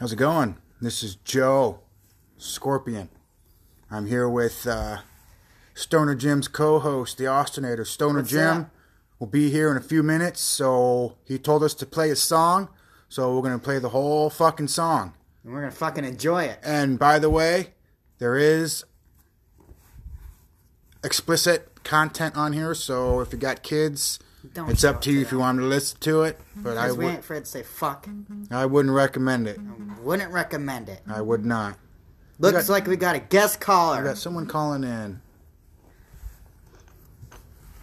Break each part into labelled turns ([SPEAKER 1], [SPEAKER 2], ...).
[SPEAKER 1] How's it going? This is Joe Scorpion. I'm here with uh, Stoner Jim's co host, the Austinator. Stoner
[SPEAKER 2] What's
[SPEAKER 1] Jim
[SPEAKER 2] up?
[SPEAKER 1] will be here in a few minutes, so he told us to play a song, so we're going to play the whole fucking song.
[SPEAKER 2] And we're gonna fucking enjoy it.
[SPEAKER 1] And by the way, there is explicit content on here, so if you got kids,
[SPEAKER 2] Don't
[SPEAKER 1] it's
[SPEAKER 2] show
[SPEAKER 1] up
[SPEAKER 2] it
[SPEAKER 1] to
[SPEAKER 2] to
[SPEAKER 1] you if you
[SPEAKER 2] them.
[SPEAKER 1] want 'em to listen to it. But I
[SPEAKER 2] Because we
[SPEAKER 1] would,
[SPEAKER 2] ain't Fred say fuck.
[SPEAKER 1] I wouldn't recommend it.
[SPEAKER 2] Wouldn't recommend it.
[SPEAKER 1] I would not. got-
[SPEAKER 2] Looks like we got a guest
[SPEAKER 1] I
[SPEAKER 2] caller.
[SPEAKER 1] got someone calling in.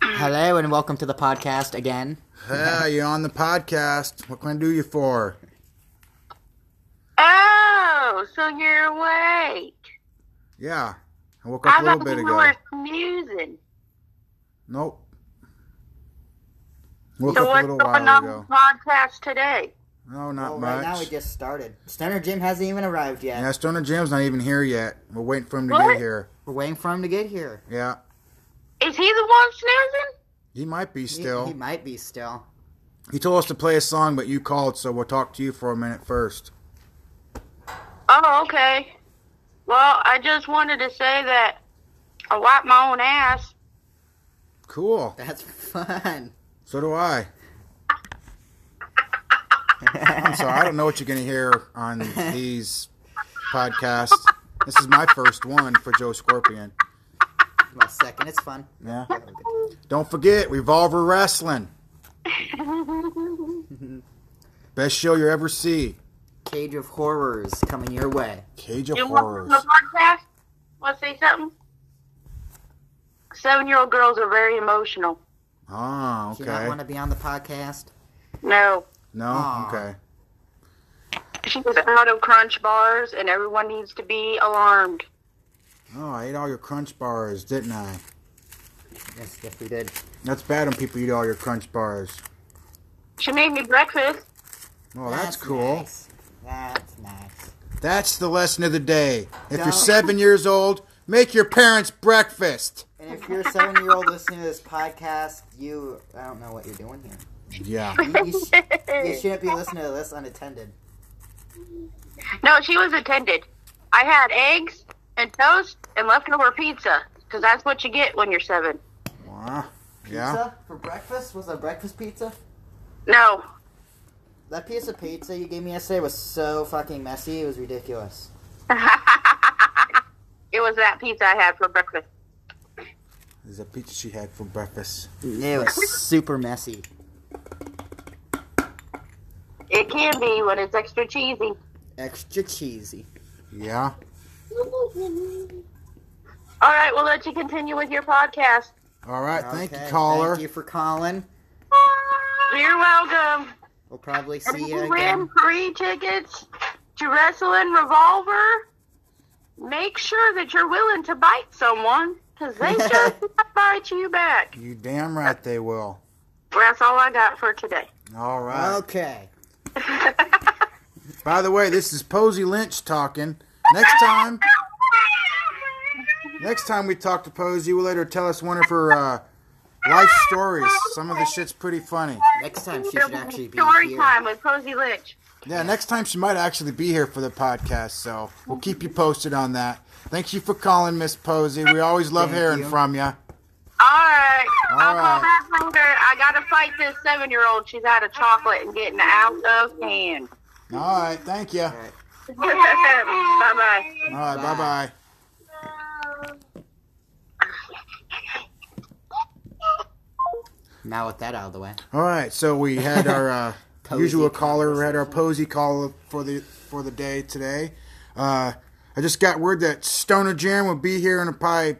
[SPEAKER 2] Hello and welcome to the podcast again.
[SPEAKER 1] Yeah, you're on the podcast. What can I do you for?
[SPEAKER 3] Oh, so you're awake.
[SPEAKER 1] Yeah, I woke up
[SPEAKER 3] I
[SPEAKER 1] a little
[SPEAKER 3] thought
[SPEAKER 1] bit
[SPEAKER 3] you
[SPEAKER 1] ago.
[SPEAKER 3] were snoozing.
[SPEAKER 1] Nope. Woke
[SPEAKER 3] So
[SPEAKER 1] up a
[SPEAKER 3] what's
[SPEAKER 1] little
[SPEAKER 3] going
[SPEAKER 1] while
[SPEAKER 3] on with
[SPEAKER 1] ago.
[SPEAKER 3] the podcast today?
[SPEAKER 1] No, not
[SPEAKER 2] Well,
[SPEAKER 1] much.
[SPEAKER 2] right now we just started. Stoner Jim hasn't even arrived yet.
[SPEAKER 1] yeah, Stoner Jim's not even here yet. We're waiting for him to
[SPEAKER 3] What?
[SPEAKER 1] get here.
[SPEAKER 2] We're waiting for him to get here.
[SPEAKER 1] Yeah,
[SPEAKER 3] Is he the one snoozing?
[SPEAKER 1] he might be
[SPEAKER 2] He-
[SPEAKER 1] still.
[SPEAKER 2] he,
[SPEAKER 1] He,
[SPEAKER 2] might be still.
[SPEAKER 1] told us to play a song, but you called, so we'll talk to you for a minute first.
[SPEAKER 3] Oh, okay. Well, I just wanted to say that I wipe my own ass.
[SPEAKER 1] Cool.
[SPEAKER 2] That's fun.
[SPEAKER 1] So do I. I'm sorry, I don't know what you're going to hear on these podcasts. This is my first one for Joe Scorpion.
[SPEAKER 2] My second, it's fun.
[SPEAKER 1] Yeah. Don't forget Revolver Wrestling. Best show you ever see.
[SPEAKER 2] Cage of Horrors coming your way.
[SPEAKER 1] Cage of
[SPEAKER 3] You want
[SPEAKER 1] Horrors.
[SPEAKER 3] the podcast? Want to say something? Seven-year-old girls are very emotional.
[SPEAKER 1] Ah,
[SPEAKER 2] Do you not
[SPEAKER 1] okay.
[SPEAKER 2] want to be on the podcast?
[SPEAKER 3] No.
[SPEAKER 1] No,
[SPEAKER 2] Aw.
[SPEAKER 1] okay.
[SPEAKER 3] She was out of crunch bars, and everyone needs to be alarmed.
[SPEAKER 1] Oh, I ate all your crunch bars, didn't I?
[SPEAKER 2] Yes, yes, we did.
[SPEAKER 1] That's bad when people eat all your crunch bars.
[SPEAKER 3] She made me breakfast.
[SPEAKER 1] Oh, that's, cool.
[SPEAKER 2] nice. That's nice.
[SPEAKER 1] That's the lesson of the day. If you're
[SPEAKER 2] Don't-
[SPEAKER 1] seven years old, make your parents breakfast.
[SPEAKER 2] And if you're a seven year old listening to this podcast, you I don't know what you're doing here.
[SPEAKER 1] Yeah.
[SPEAKER 2] You, you, sh- you shouldn't be listening to this unattended.
[SPEAKER 3] No, she was attended. I had eggs and toast and leftover pizza because that's what you get when you're seven.
[SPEAKER 1] Wow. Yeah.
[SPEAKER 2] Pizza for breakfast? Was that breakfast pizza?
[SPEAKER 3] No,
[SPEAKER 2] That piece of pizza you gave me yesterday was so fucking messy. It was ridiculous.
[SPEAKER 3] it was that pizza I had for breakfast.
[SPEAKER 1] There's a pizza she had for breakfast.
[SPEAKER 2] It was super messy.
[SPEAKER 3] It can be when it's extra cheesy.
[SPEAKER 2] Extra cheesy.
[SPEAKER 1] Yeah.
[SPEAKER 3] All right, we'll let you continue with your podcast.
[SPEAKER 1] All right. Thank you,
[SPEAKER 2] Okay,
[SPEAKER 1] caller.
[SPEAKER 2] Thank you for calling.
[SPEAKER 3] You're welcome.
[SPEAKER 2] We'll probably
[SPEAKER 3] And
[SPEAKER 2] see
[SPEAKER 3] you
[SPEAKER 2] you
[SPEAKER 3] win
[SPEAKER 2] again.
[SPEAKER 3] free tickets to Wrestling Revolver. Make sure that you're willing to bite someone because they just might bite you back.
[SPEAKER 1] You damn right they will.
[SPEAKER 3] That's all I got for today.
[SPEAKER 1] All right.
[SPEAKER 2] Okay.
[SPEAKER 1] By the way, this is Posey Lynch talking. Next time, next time we talk to Posey, we'll let her tell us one of her uh, life stories. Some of the shit's pretty funny.
[SPEAKER 2] Next time she
[SPEAKER 3] It'll
[SPEAKER 2] should
[SPEAKER 3] be
[SPEAKER 2] actually be
[SPEAKER 3] story
[SPEAKER 2] here.
[SPEAKER 3] time with Posey Lynch.
[SPEAKER 1] Yeah, next time she might actually be here for the podcast, so we'll keep you posted on that. Thank you for calling, Miss Posey. We always love
[SPEAKER 2] Thank
[SPEAKER 1] hearing
[SPEAKER 2] you.
[SPEAKER 1] from you.
[SPEAKER 3] All right,
[SPEAKER 1] All
[SPEAKER 3] I'll call
[SPEAKER 1] right.
[SPEAKER 3] back later. I gotta fight this seven-year-old. She's out of chocolate and getting out of hand.
[SPEAKER 1] All right, thank you. All
[SPEAKER 3] bye bye.
[SPEAKER 1] right, bye bye.
[SPEAKER 2] Now with that out of the way.
[SPEAKER 1] All right, so we had our uh,
[SPEAKER 2] Posey
[SPEAKER 1] usual caller. We had our Posey call for the for the day today. Uh, I just got word that Stoner Jam will be here in probably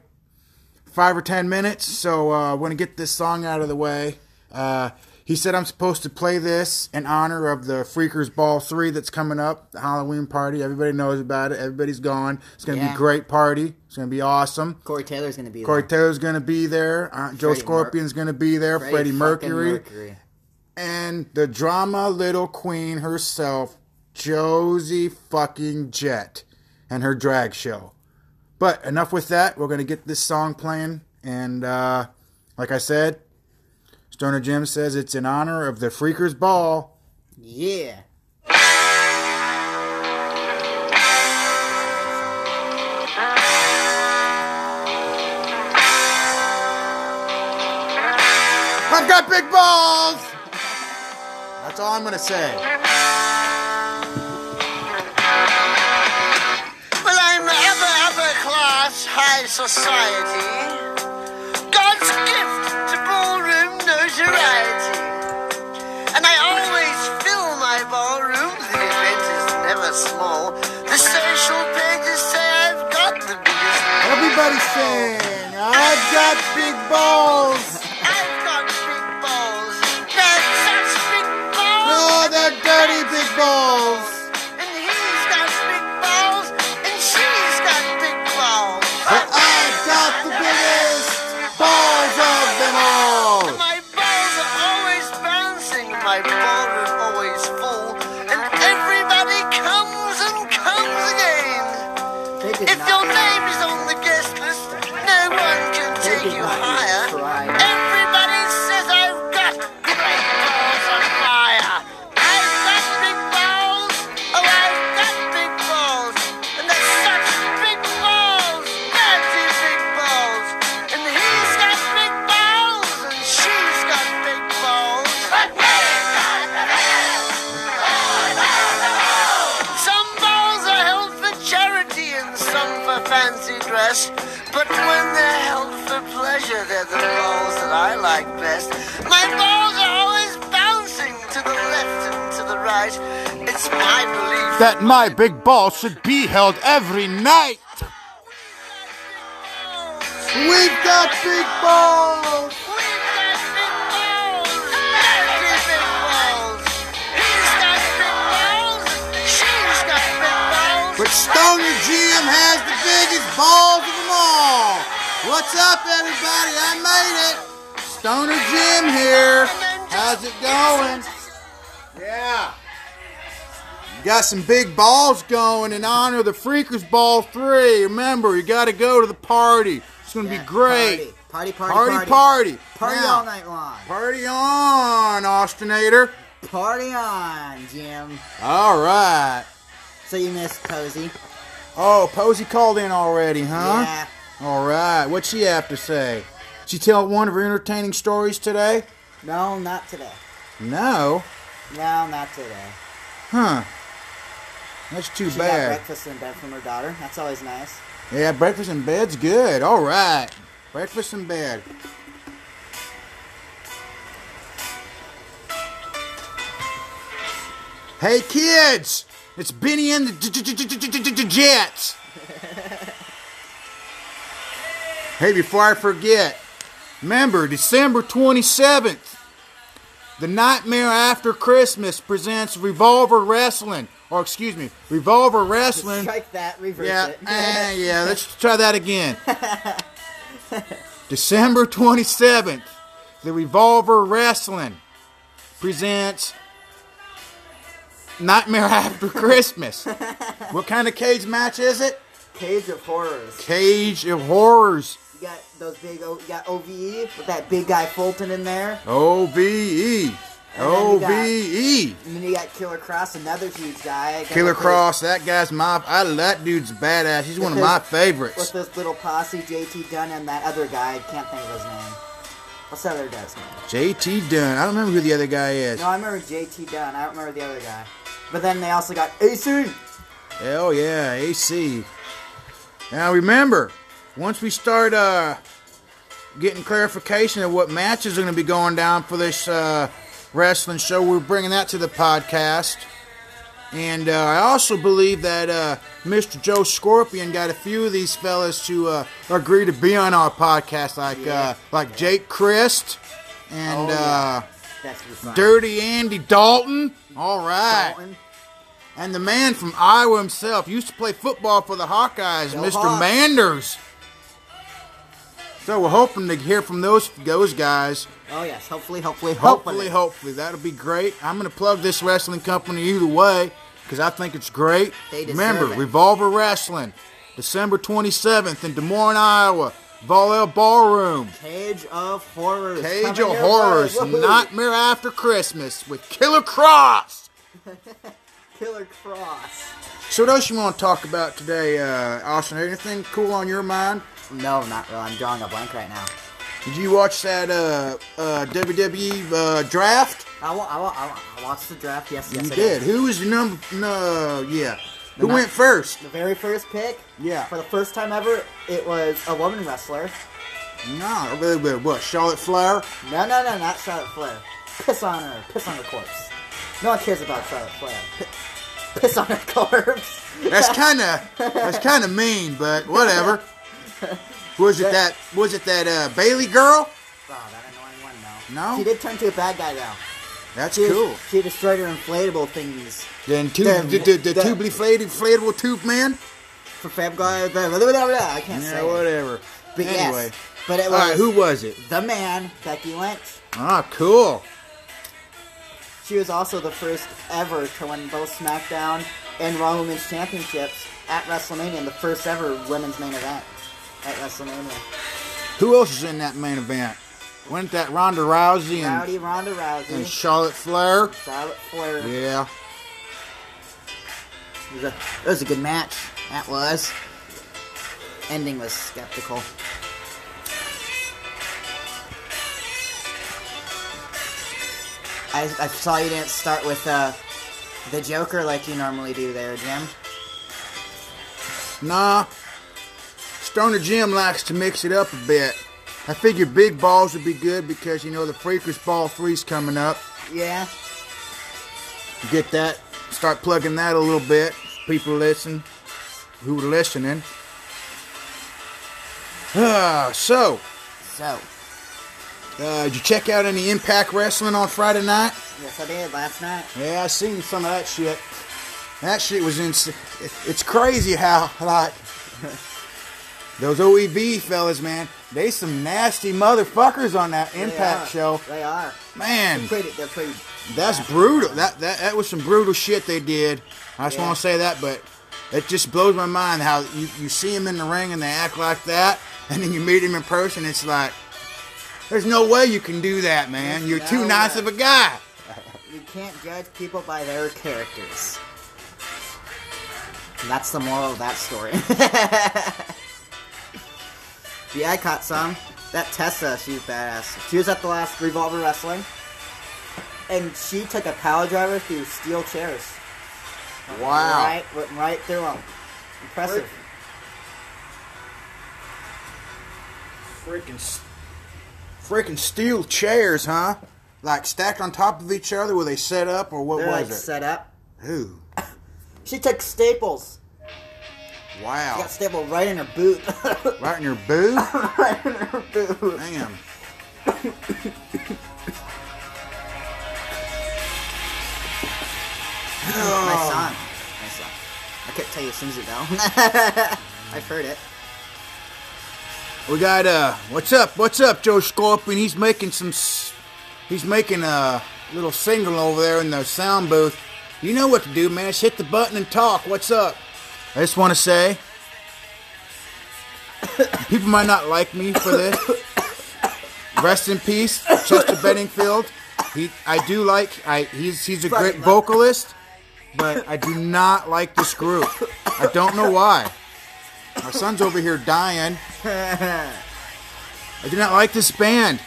[SPEAKER 1] five or ten minutes, so uh, I want to get this song out of the way. Uh, he said I'm supposed to play this in honor of the Freakers Ball Three that's coming up, the Halloween party. Everybody knows about it. Everybody's gone. It's gonna be
[SPEAKER 2] Yeah.
[SPEAKER 1] a great party. It's gonna be awesome.
[SPEAKER 2] Corey Taylor's gonna be
[SPEAKER 1] Corey
[SPEAKER 2] there.
[SPEAKER 1] Taylor's gonna be there. Uh, Joe
[SPEAKER 2] Freddie Mer-
[SPEAKER 1] Scorpion's gonna be there. Freddie,
[SPEAKER 2] fucking
[SPEAKER 1] Mercury and the drama little queen herself, Josie fucking Jett, and her drag show. But enough with that. We're going to get this song playing. And uh, like I said, Stoner Jim says it's in honor of the Freakers Ball.
[SPEAKER 2] Yeah.
[SPEAKER 1] got big balls. That's all I'm gonna say.
[SPEAKER 4] Well, I'm upper, upper class, high society. God's gift to ballroom notoriety. And I always fill my ballroom, the event is never small. The social pages say I've got the biggest.
[SPEAKER 1] Everybody sing. I've got big balls.
[SPEAKER 4] I've got big balls. They're such big balls.
[SPEAKER 1] Oh, they're dirty big balls.
[SPEAKER 4] And he's got big balls. And she's got big balls.
[SPEAKER 1] But I've got the biggest balls of them all.
[SPEAKER 4] My balls are always bouncing, my ballroom always full, and everybody comes and comes again.
[SPEAKER 2] They did
[SPEAKER 4] If
[SPEAKER 2] not
[SPEAKER 4] your name is on the guest list, no one can
[SPEAKER 2] They
[SPEAKER 4] take
[SPEAKER 2] did
[SPEAKER 4] you
[SPEAKER 2] not
[SPEAKER 4] higher.
[SPEAKER 2] try.
[SPEAKER 4] Everybody says I've got great balls on fire. I've got big balls, oh I've got big balls, and they're such big balls, dirty big balls. And he's got big balls, and she's got big balls. Some balls are held for charity and some for fancy dress. But when they're held for pleasure, they're the balls that I like best. My balls are always bouncing to the left and to the right. It's my belief.
[SPEAKER 1] That my big balls should be held every night. We've got big balls.
[SPEAKER 4] We've got big balls, dirty big balls. He's got big balls, she's got big balls.
[SPEAKER 1] But Stoner GM has the biggest balls of them all. What's up, everybody? I made it. Stoner Jim here. How's it going? Yeah. You got some big balls going in honor of the Freakers Ball 3. Remember, you got to go to the party. It's going to
[SPEAKER 2] Yeah,
[SPEAKER 1] be great.
[SPEAKER 2] Party, party,
[SPEAKER 1] Party,
[SPEAKER 2] party.
[SPEAKER 1] party.
[SPEAKER 2] Party
[SPEAKER 1] Now,
[SPEAKER 2] all night long.
[SPEAKER 1] Party on, Austinator.
[SPEAKER 2] Party on, Jim.
[SPEAKER 1] All right.
[SPEAKER 2] So you missed Posey.
[SPEAKER 1] Oh, Posey called in already, huh?
[SPEAKER 2] Yeah.
[SPEAKER 1] All right, what's she have to say? She tell one of her entertaining stories today?
[SPEAKER 2] No, not today.
[SPEAKER 1] No.
[SPEAKER 2] No, not today.
[SPEAKER 1] Huh. That's too
[SPEAKER 2] She got
[SPEAKER 1] bad.
[SPEAKER 2] breakfast in bed from her daughter. That's always nice.
[SPEAKER 1] yeah, breakfast in bed's good. All right. Breakfast in bed. Hey, kids! It's Benny and the J- J- J- J- J- J- J- Jets! Hey, before I forget, remember December 27th, The Nightmare After Christmas presents Revolver Wrestling, or excuse me, Revolver Wrestling.
[SPEAKER 2] Strike that, reverse
[SPEAKER 1] Yeah,
[SPEAKER 2] it.
[SPEAKER 1] eh, yeah, let's try that again. December 27th, The Revolver Wrestling presents Nightmare After Christmas. what kind of cage match is it?
[SPEAKER 2] Cage of horrors.
[SPEAKER 1] Cage of Horrors.
[SPEAKER 2] You got those big. O- you got OVE with that big guy Fulton in there,
[SPEAKER 1] OVE.
[SPEAKER 2] And then you got-
[SPEAKER 1] OVE.
[SPEAKER 2] and then you got Killer Cross, another huge guy.
[SPEAKER 1] E. Killer
[SPEAKER 2] With his-
[SPEAKER 1] Cross, that guy's my. I, that dude's badass. He's one of my favorites.
[SPEAKER 2] With this little posse, JT Dunn and that other guy. I can't think of his name. What's the other guy's name?
[SPEAKER 1] JT Dunn. I don't remember who the other guy is.
[SPEAKER 2] No, I remember JT Dunn. I don't remember the other guy. But then they also got AC.
[SPEAKER 1] Hell yeah, AC. Now remember, once we start uh, getting clarification of what matches are going to be going down for this uh, wrestling show, we're bringing that to the podcast. And uh, I also believe that uh, Mr. Joe Scorpion got a few of these fellas to uh, agree to be on our podcast, like uh, like Jake Christ and
[SPEAKER 2] Oh, yeah.
[SPEAKER 1] uh,
[SPEAKER 2] That's what's fine.
[SPEAKER 1] Dirty Andy Dalton. All right.
[SPEAKER 2] Dalton.
[SPEAKER 1] And the man from Iowa himself used to play football for the Hawkeyes,
[SPEAKER 2] Go
[SPEAKER 1] Mr.
[SPEAKER 2] Hawks.
[SPEAKER 1] Manders. So we're hoping to hear from those those guys.
[SPEAKER 2] Oh yes, hopefully, hopefully,
[SPEAKER 1] Hopefully,
[SPEAKER 2] hopefully.
[SPEAKER 1] hopefully that'll be great. I'm gonna plug this wrestling company either way because I think it's great.
[SPEAKER 2] They deserve
[SPEAKER 1] Remember,
[SPEAKER 2] it.
[SPEAKER 1] Revolver Wrestling, December 27th in Des Moines, Iowa, Volleyball Ballroom.
[SPEAKER 2] Cage of horrors.
[SPEAKER 1] Cage
[SPEAKER 2] coming
[SPEAKER 1] of
[SPEAKER 2] your way.
[SPEAKER 1] Horrors,
[SPEAKER 2] Woohoo.
[SPEAKER 1] Nightmare After Christmas with Killer Cross.
[SPEAKER 2] Killer Cross.
[SPEAKER 1] So what else you want to talk about today, uh, Austin? Anything cool on your mind?
[SPEAKER 2] No, not real. I'm drawing a blank right now.
[SPEAKER 1] Did you watch that uh, uh, WWE uh, draft?
[SPEAKER 2] I, wa- I, wa- I, wa- I watched the draft. Yes, yes,
[SPEAKER 1] you
[SPEAKER 2] I
[SPEAKER 1] did. Who was your number? No, yeah. Who
[SPEAKER 2] Not-
[SPEAKER 1] went first?
[SPEAKER 2] The very first pick.
[SPEAKER 1] Yeah.
[SPEAKER 2] For the first time ever, it was a woman wrestler.
[SPEAKER 1] Nah, really, really, what? Charlotte Flair.
[SPEAKER 2] No, no, no, not Charlotte Flair. Piss on her. Piss on her corpse. No one cares about Charlotte Flair. P- Piss on her corpse.
[SPEAKER 1] That's kind of that's kind of mean, but whatever. Was it that? Was it that uh, Bailey girl?
[SPEAKER 2] Wow, that annoying one, though.
[SPEAKER 1] No?
[SPEAKER 2] She did turn to a bad guy, though.
[SPEAKER 1] That's
[SPEAKER 2] She,
[SPEAKER 1] cool.
[SPEAKER 2] She destroyed her inflatable thingies.
[SPEAKER 1] Then two,
[SPEAKER 2] Then-
[SPEAKER 1] the, the, the
[SPEAKER 2] then-
[SPEAKER 1] tube inflated, inflatable tube man.
[SPEAKER 2] For Fab Guy, blah, blah, blah, blah, blah, I can't
[SPEAKER 1] Yeah,
[SPEAKER 2] say. it.
[SPEAKER 1] whatever.
[SPEAKER 2] But
[SPEAKER 1] anyway,
[SPEAKER 2] yes. But it
[SPEAKER 1] all
[SPEAKER 2] was
[SPEAKER 1] right. Who was it?
[SPEAKER 2] the man, Becky Lynch.
[SPEAKER 1] Ah, cool.
[SPEAKER 2] She was also the first ever to win both SmackDown and Raw Women's Championships at WrestleMania, and the first ever women's main event at WrestleMania.
[SPEAKER 1] Who else is in that main event? Wasn't that Ronda Rousey and,
[SPEAKER 2] Rowdy Ronda
[SPEAKER 1] and
[SPEAKER 2] Rousey,
[SPEAKER 1] Charlotte Flair?
[SPEAKER 2] Charlotte Flair. It,
[SPEAKER 1] Yeah.
[SPEAKER 2] was a, it was a good match. That was. Ending was skeptical. I, I saw you didn't start with uh, the Joker like you normally do there, Jim.
[SPEAKER 1] Nah. Stoner Jim likes to mix it up a bit. I figure big balls would be good because you know the Freakers Ball Three's coming up.
[SPEAKER 2] Yeah.
[SPEAKER 1] Get that. Start plugging that a little bit. People listen. Who are listening? Ah, so
[SPEAKER 2] So,
[SPEAKER 1] uh, did you check out any Impact Wrestling on Friday night?
[SPEAKER 2] yes, I did last night.
[SPEAKER 1] Yeah, I seen some of that shit. That shit was in. It's crazy how like those OEB fellas, man. They some nasty motherfuckers on that
[SPEAKER 2] They
[SPEAKER 1] Impact
[SPEAKER 2] are.
[SPEAKER 1] show,
[SPEAKER 2] They are.
[SPEAKER 1] man.
[SPEAKER 2] They're pretty. They're pretty.
[SPEAKER 1] That's brutal. That that that was some brutal shit they did. I just
[SPEAKER 2] Yeah.
[SPEAKER 1] want to say that, but it just blows my mind how you you see them in the ring and they act like that, and then you meet them in person. It's like there's no way you can do that, man.
[SPEAKER 2] There's
[SPEAKER 1] You're too
[SPEAKER 2] no
[SPEAKER 1] nice
[SPEAKER 2] way.
[SPEAKER 1] of a guy.
[SPEAKER 2] You can't judge people by their characters. And that's the moral of that story. yeah, I caught some. That Tessa, she's badass. She was at the last Revolver Wrestling, and she took a power driver through steel chairs.
[SPEAKER 1] Wow.
[SPEAKER 2] Right, went right through them. Impressive.
[SPEAKER 1] Freaking, s- freaking steel chairs, huh? Like stacked on top of each other? Were they set up or what
[SPEAKER 2] They're like
[SPEAKER 1] was it?
[SPEAKER 2] set up.
[SPEAKER 1] Ooh,
[SPEAKER 2] She took staples.
[SPEAKER 1] wow!
[SPEAKER 2] Got stapled right in her boot.
[SPEAKER 1] Right in your boo?
[SPEAKER 2] right in her boot.
[SPEAKER 1] Damn.
[SPEAKER 2] My
[SPEAKER 1] Oh.
[SPEAKER 2] song. My song. I can't tell you who sings it though. I've heard it.
[SPEAKER 1] We got uh, what's up? What's up, Joe Scorpion? He's making some, s- he's making a little single over there in the sound booth. You know what to do, man. Just hit the button and talk. What's up? I just want to say, people might not like me for this. Rest in peace, Chester Benningfield. He, I do like. I he's he's a great vocalist, but I do not like this group. I don't know why. My son's over here dying. I do not like this band,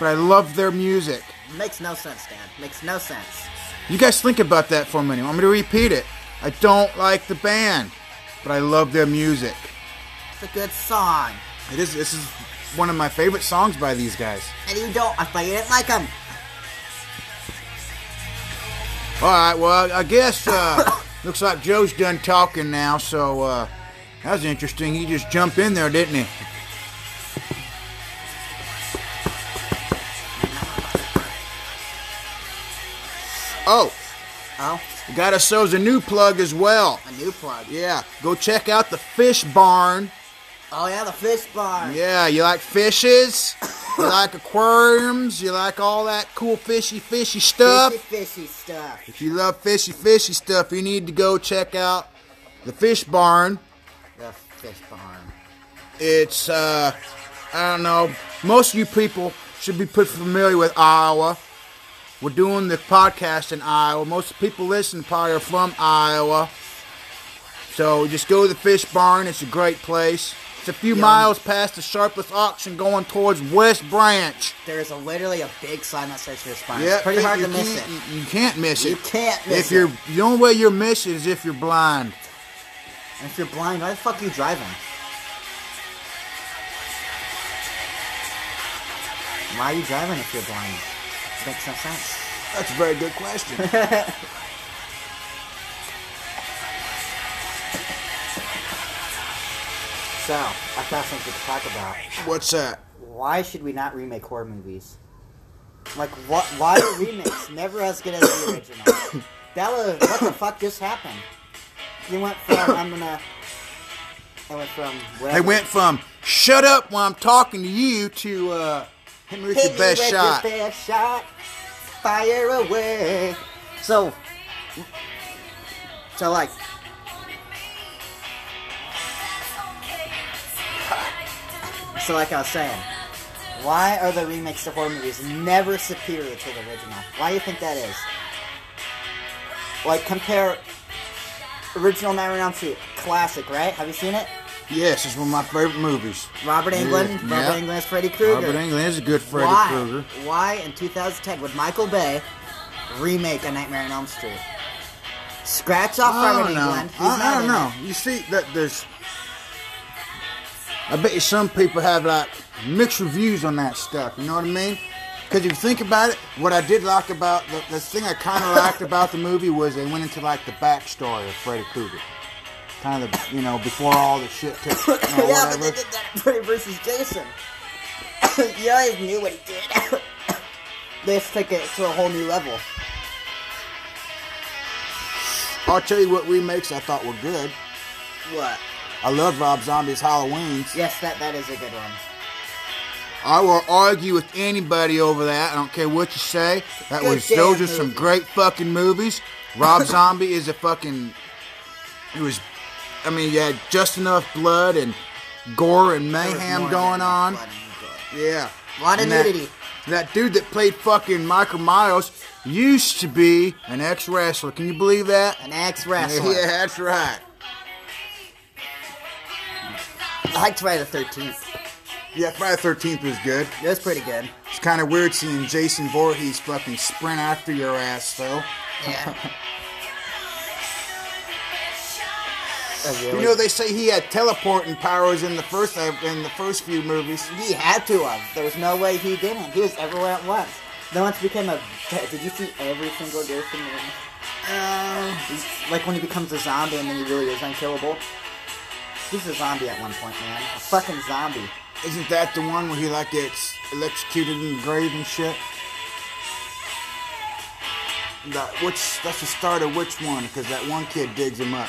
[SPEAKER 1] but I love their music.
[SPEAKER 2] Makes no sense, Dan. Makes no sense.
[SPEAKER 1] You guys think about that for a minute. Want me to repeat it? I don't like the band, but I love their music.
[SPEAKER 2] It's a good song,
[SPEAKER 1] It is. This is one of my favorite songs by these guys.
[SPEAKER 2] and you don't. I thought you didn't like them.
[SPEAKER 1] All right. Well, I guess uh, looks like Joe's done talking now. So uh, that was interesting. He just jumped in there, didn't he? Oh,
[SPEAKER 2] Oh,
[SPEAKER 1] got ourselves a new plug as well.
[SPEAKER 2] a new plug.
[SPEAKER 1] Yeah, go check out the Fish Barn.
[SPEAKER 2] Oh yeah, the fish bar.
[SPEAKER 1] Yeah, you like fishes? You like aquariums? You like all that cool fishy, fishy stuff?
[SPEAKER 2] Fishy, fishy stuff.
[SPEAKER 1] If you love fishy, fishy stuff, you need to go check out the Fish Barn.
[SPEAKER 2] The fish barn.
[SPEAKER 1] It's, uh, I don't know, most of you people should be pretty familiar with Iowa. We're doing the podcast in Iowa. Most people listening probably are from Iowa. So just go to the Fish Barn, it's a great place. It's a few miles past the sharpless auction going towards West Branch.
[SPEAKER 2] There is a, literally a big sign that says response.
[SPEAKER 1] Yeah,
[SPEAKER 2] It's pretty hard
[SPEAKER 1] you
[SPEAKER 2] to miss it.
[SPEAKER 1] can't- You, you can't miss it.
[SPEAKER 2] You can't miss
[SPEAKER 1] if you're, the only way you'll miss it is if you're blind.
[SPEAKER 2] And if you're blind, why the fuck are you driving? Why are you driving if you're blind? makes no sense.
[SPEAKER 1] That's a very good question.
[SPEAKER 2] So, I found something to talk about.
[SPEAKER 1] What's that?
[SPEAKER 2] Why should we not remake horror movies? Like, what? Why are remakes never as good as the original? Della, what the fuck just happened? You went from I'm gonna. I went from.
[SPEAKER 1] They
[SPEAKER 2] Whatever,
[SPEAKER 1] went from "Shut up while I'm talking to you" to uh, "Hit me with
[SPEAKER 2] Hit
[SPEAKER 1] your
[SPEAKER 2] me
[SPEAKER 1] best
[SPEAKER 2] with
[SPEAKER 1] shot."
[SPEAKER 2] Your best shot. Fire away. So, so like, so like I was saying, why are the remakes of horror movies never superior to the original? Why do you think that is? Like compare original Nightmare on Elm Street, classic, right? Have you seen it?
[SPEAKER 1] yes, it's one of my favorite movies.
[SPEAKER 2] Robert
[SPEAKER 1] Yeah,
[SPEAKER 2] Englund,
[SPEAKER 1] yeah.
[SPEAKER 2] Robert Englund as Freddy Krueger.
[SPEAKER 1] Robert Englund is a good Freddy
[SPEAKER 2] Why?
[SPEAKER 1] Krueger.
[SPEAKER 2] Why in 2010 would Michael Bay remake A Nightmare on Elm Street? Scratch off
[SPEAKER 1] I
[SPEAKER 2] Robert
[SPEAKER 1] don't know.
[SPEAKER 2] Englund. He's
[SPEAKER 1] I, I
[SPEAKER 2] not
[SPEAKER 1] don't
[SPEAKER 2] in
[SPEAKER 1] know. You see that there's. I bet you some people have like mixed reviews on that stuff. You know what I mean? Because if you think about it, what I did like about the, the thing I kind of liked about the movie was they went into like the backstory of Freddy Krueger, kind of the, you know before all the shit took. You know,
[SPEAKER 2] it. yeah,
[SPEAKER 1] Oh, whatever.
[SPEAKER 2] but they did that in Freddy versus Jason. you always knew what he did. they just took it to a whole new level.
[SPEAKER 1] I'll tell you what remakes I thought were good.
[SPEAKER 2] What?
[SPEAKER 1] I love Rob Zombie's Halloween's.
[SPEAKER 2] Yes, that that is a good one.
[SPEAKER 1] I will argue with anybody over that. I don't care what you say. That
[SPEAKER 2] Good
[SPEAKER 1] was those
[SPEAKER 2] damn
[SPEAKER 1] are some
[SPEAKER 2] movie.
[SPEAKER 1] great fucking movies. Rob Zombie is a fucking. It was, I mean, you had just enough blood and gore and
[SPEAKER 2] There was
[SPEAKER 1] mayhem
[SPEAKER 2] more
[SPEAKER 1] going
[SPEAKER 2] than
[SPEAKER 1] on.
[SPEAKER 2] one good.
[SPEAKER 1] Yeah,
[SPEAKER 2] Lot of
[SPEAKER 1] And that-
[SPEAKER 2] nudity.
[SPEAKER 1] That dude that played fucking Michael Myers used to be an ex wrestler. Can you believe that?
[SPEAKER 2] An ex wrestler.
[SPEAKER 1] Yeah, that's right.
[SPEAKER 2] I liked Friday the 13th.
[SPEAKER 1] Yeah, Friday Thirteenth was good.
[SPEAKER 2] It was pretty good.
[SPEAKER 1] It's kind of weird seeing Jason Voorhees fucking sprint after your ass, though.
[SPEAKER 2] Yeah.
[SPEAKER 1] You know they say he had teleporting powers in the first uh, in the first few movies.
[SPEAKER 2] He had to have. There was no way he didn't. He was everywhere at once. Then once he became a. Did you see every single Jason movie?
[SPEAKER 1] Um.
[SPEAKER 2] Uh, like when he becomes a zombie and then he really is unkillable. He's a zombie at one point, man. A fucking zombie.
[SPEAKER 1] Isn't that the one where he like gets electrocuted in the grave and shit? That which that's the start of which one? Because that one kid digs him up.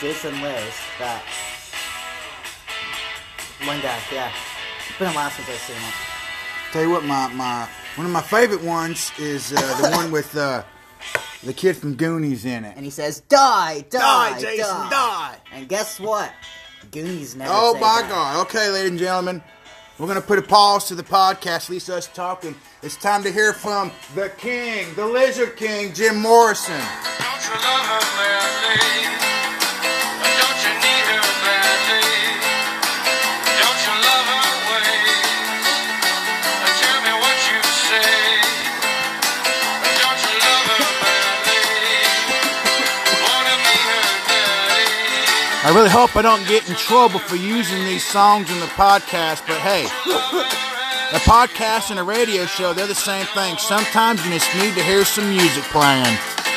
[SPEAKER 2] Jason lives. That. One guy, yeah. It's been a while since I've seen it.
[SPEAKER 1] Tell you what, my my one of my favorite ones is uh, the one with uh, the kid from Goonies in it.
[SPEAKER 2] And he says, "Die, die,
[SPEAKER 1] Die, Jason, die."
[SPEAKER 2] And guess what? Goonies never.
[SPEAKER 1] Oh
[SPEAKER 2] say
[SPEAKER 1] my
[SPEAKER 2] die.
[SPEAKER 1] God! Okay, ladies and gentlemen, we're gonna put a pause to the podcast. At least us talking. It's time to hear from the King, the Lizard King, Jim Morrison.
[SPEAKER 4] Don't you love her badly? Don't you need her badly? Don't you love her way? Tell me what you say. Don't you love her badly? Wanna be her daddy?
[SPEAKER 1] I really hope I don't get in trouble for using these songs in the podcast, but hey, a podcast and a radio show—they're the same thing. Sometimes you just need to hear some music playing.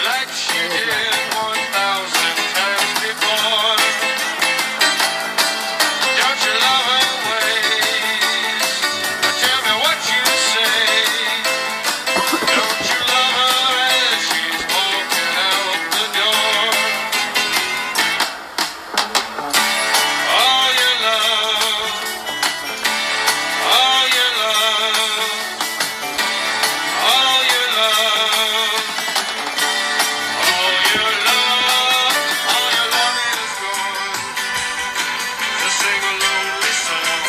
[SPEAKER 4] Like she did 1,000 times before. Don't you love her ways? Tell me what you say. Don't you love her as she's walking out the door? All your love, all your love, all your love. All your love, all your love is gone to sing a lonely song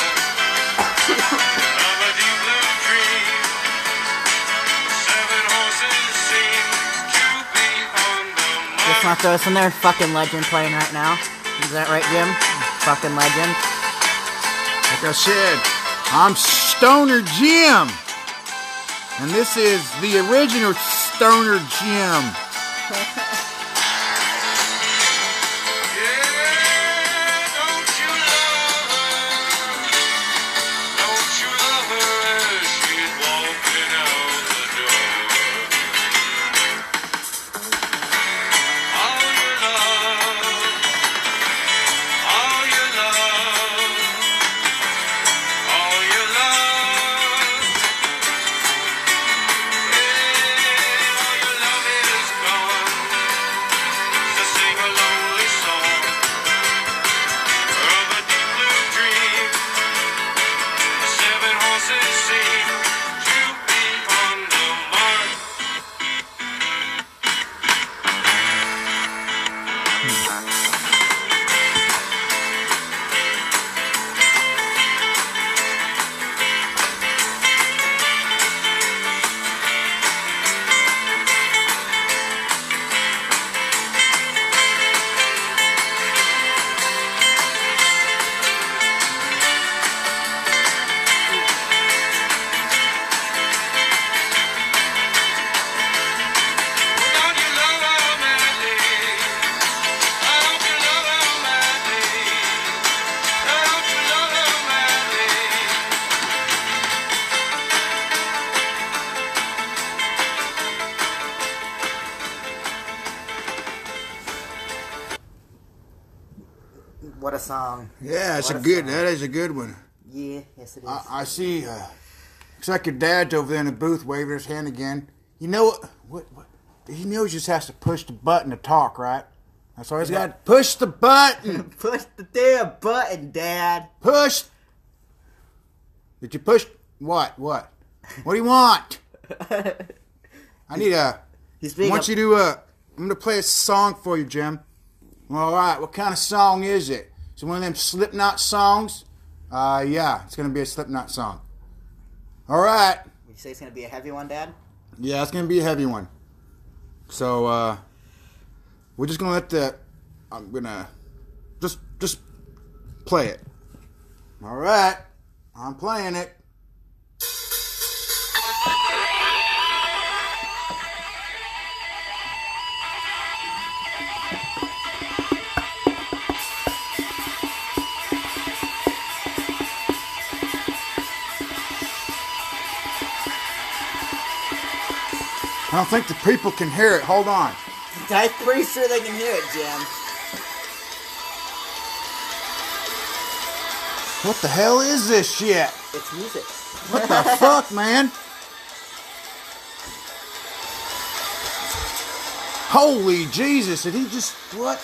[SPEAKER 4] of a deep blue dream. Seven horses seem to be on
[SPEAKER 2] Just
[SPEAKER 4] the march.
[SPEAKER 2] want to throw this in there. Fucking legend playing right now. Is that right, Jim? Fucking legend.
[SPEAKER 1] Like I said, I'm Stoner Jim. And this is the original Stoner Jim.
[SPEAKER 4] Sing a lonely song of a deep blue dream. The seven horses seem to be on the mark. Don't you love how madly? Don't you love how madly? Don't you love how madly?
[SPEAKER 2] What a song.
[SPEAKER 1] Yeah, that's
[SPEAKER 2] What
[SPEAKER 1] a
[SPEAKER 2] a
[SPEAKER 1] good.
[SPEAKER 2] song.
[SPEAKER 1] That is a good one.
[SPEAKER 2] Yeah, yes it is.
[SPEAKER 1] I, I see. Uh, looks like your dad's over there in the booth waving his hand again. You know what? What? what he knows he just has to push the button to talk, right? That's all he's
[SPEAKER 2] Yeah.
[SPEAKER 1] got. Push the button.
[SPEAKER 2] Push the damn button, Dad.
[SPEAKER 1] Push. Did you push what? What? What do you want? I need a.
[SPEAKER 2] He's
[SPEAKER 1] I
[SPEAKER 2] being
[SPEAKER 1] want
[SPEAKER 2] a,
[SPEAKER 1] you to. Uh, I'm gonna play a song for you, Jim. All right. What kind of song is it? Is it one of them Slipknot songs? Uh, yeah. It's gonna be a Slipknot song. All right.
[SPEAKER 2] you say it's gonna be a heavy one, Dad?
[SPEAKER 1] Yeah, it's gonna be a heavy one. So uh, we're just gonna let the. I'm gonna just just play it. All right. I'm playing it. I don't think the people can hear it. Hold on.
[SPEAKER 2] I'm pretty sure they can hear it, Jim.
[SPEAKER 1] What the hell is this shit?
[SPEAKER 2] It's music.
[SPEAKER 1] What the fuck, man? Holy Jesus! Did he just what?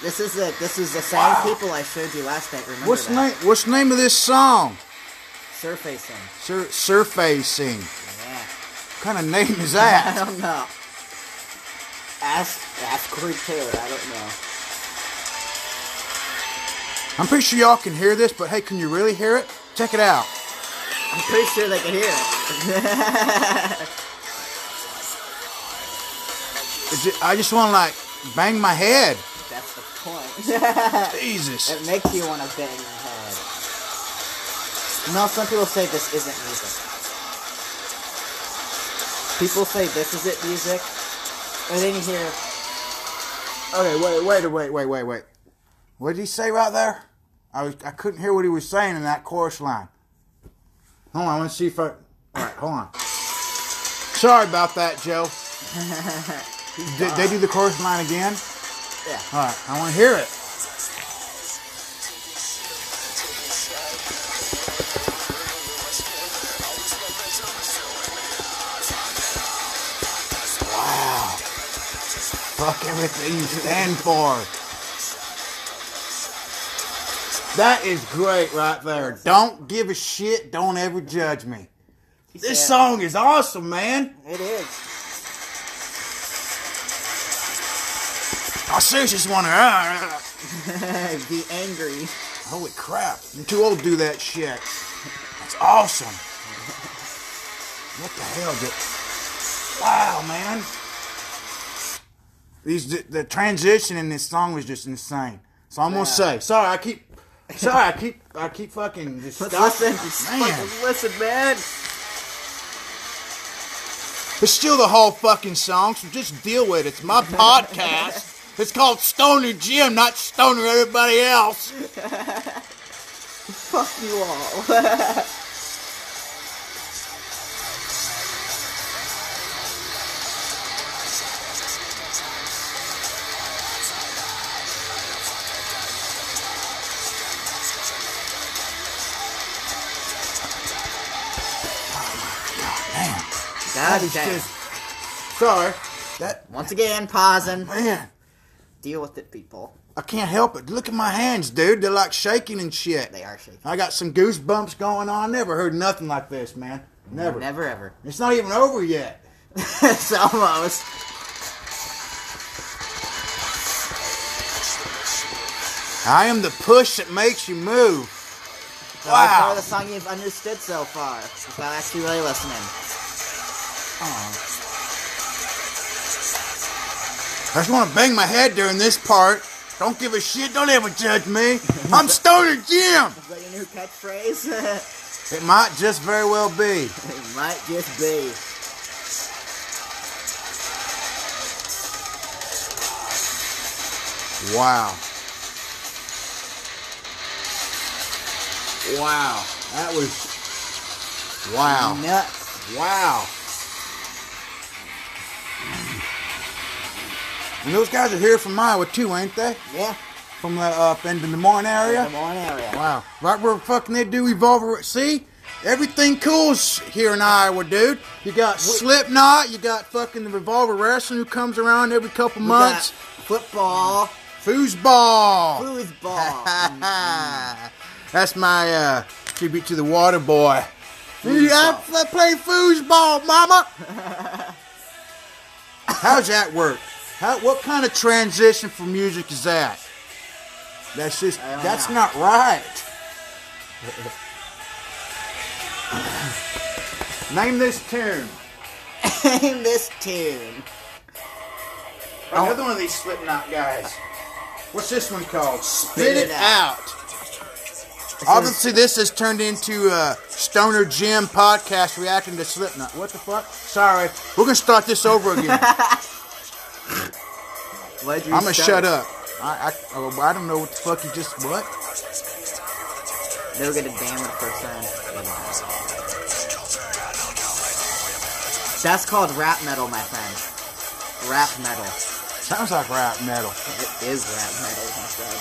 [SPEAKER 2] This is the this is the same people I showed you last night. Remember
[SPEAKER 1] What's
[SPEAKER 2] that?
[SPEAKER 1] name? What's the name of this song?
[SPEAKER 2] Surfacing.
[SPEAKER 1] Sur- surfacing.
[SPEAKER 2] Yeah.
[SPEAKER 1] What kind of name is
[SPEAKER 2] I
[SPEAKER 1] that?
[SPEAKER 2] don't know. Ask ask Corey Taylor. I don't know.
[SPEAKER 1] I'm pretty sure y'all can hear this, but hey, can you really hear it? Check it out.
[SPEAKER 2] I'm pretty sure they can hear it.
[SPEAKER 1] Is it- I just want to like bang my head.
[SPEAKER 2] That's the point.
[SPEAKER 1] Jesus.
[SPEAKER 2] it makes you want to bang your head. No, some people say this isn't music. People say this isn't music, and then you hear
[SPEAKER 1] Okay, wait, wait, wait, wait, wait, wait. What did he say right there? I was, I couldn't hear what he was saying in that chorus line. Hold on, I want to see if I. All right, hold on. Sorry about that, Joe. Did they do the chorus line again?
[SPEAKER 2] yeah.
[SPEAKER 1] All right, I want to hear it. Wow. Fuck everything you stand for. That is great right there. Don't give a shit. Don't ever judge me. This
[SPEAKER 2] Yeah.
[SPEAKER 1] song is awesome, man.
[SPEAKER 2] It is.
[SPEAKER 1] I seriously just want to.
[SPEAKER 2] Be angry.
[SPEAKER 1] Holy crap. I'm too old to do that shit. That's awesome. What the hell did. Wow, man. These the, the transition in this song was just insane. So I'm
[SPEAKER 2] Yeah.
[SPEAKER 1] gonna say. Sorry, I keep Sorry, I keep I keep fucking just
[SPEAKER 2] But
[SPEAKER 1] stopping.
[SPEAKER 2] listen,
[SPEAKER 1] Man,
[SPEAKER 2] fucking listen, man.
[SPEAKER 1] it's still the whole fucking song, so just deal with it. It's my podcast. It's called Stoner Jim, not Stoner everybody else.
[SPEAKER 2] Fuck you all.
[SPEAKER 1] Oh Man,
[SPEAKER 2] God
[SPEAKER 1] it's
[SPEAKER 2] damn.
[SPEAKER 1] just sorry. That
[SPEAKER 2] Once again, pausing.
[SPEAKER 1] man,
[SPEAKER 2] Deal with it, people.
[SPEAKER 1] I can't help it. Look at my hands, dude. They're like shaking and shit.
[SPEAKER 2] They are shaking.
[SPEAKER 1] I got some goosebumps going on. Never heard nothing like this, man. Never.
[SPEAKER 2] Never ever.
[SPEAKER 1] It's not even over yet.
[SPEAKER 2] it's almost.
[SPEAKER 1] I am the push that makes you move.
[SPEAKER 2] The only
[SPEAKER 1] Wow.
[SPEAKER 2] part of the song you've understood so far without actually really listening.
[SPEAKER 1] I just want to bang my head during this part. Don't give a shit. Don't ever judge me. I'm Stoner Jim.
[SPEAKER 2] Is that your new catchphrase?
[SPEAKER 1] It might just very well be.
[SPEAKER 2] it might just be.
[SPEAKER 1] Wow. Wow. That was. Wow.
[SPEAKER 2] Nuts.
[SPEAKER 1] Wow. And those guys are here from Iowa too, ain't they?
[SPEAKER 2] Yeah.
[SPEAKER 1] From the uh, up in the Des Moines area.
[SPEAKER 2] Des Moines area.
[SPEAKER 1] Wow. Right where fucking they do Evolver. See? Everything cool's here in Iowa, dude. You got Slipknot, you got fucking the Revolver Wrestling who comes around every couple
[SPEAKER 2] We got
[SPEAKER 1] months.
[SPEAKER 2] football.
[SPEAKER 1] Foosball.
[SPEAKER 2] Foosball.
[SPEAKER 1] That's my uh, tribute to the water boy. Yeah, I f- play foosball, mama. How's that work? How, what kind of transition for music is that? That's just,
[SPEAKER 2] I don't
[SPEAKER 1] that's
[SPEAKER 2] know.
[SPEAKER 1] not right. Name this tune.
[SPEAKER 2] Name this tune.
[SPEAKER 1] Another one of these Slipknot guys. What's this one called? Spit
[SPEAKER 2] It
[SPEAKER 1] It Out. Obviously, this has turned into a Stoner Jim podcast reacting to Slipknot. What the fuck? Sorry. We're going to start this over again.
[SPEAKER 2] Why'd you
[SPEAKER 1] I'm going to shut
[SPEAKER 2] it?
[SPEAKER 1] up. I, I, oh, I don't know what the fuck you just. What?
[SPEAKER 2] They were gonna ban it first time. That's called rap metal, my friend. Rap metal.
[SPEAKER 1] Sounds like rap metal.
[SPEAKER 2] It is rap metal, my friend.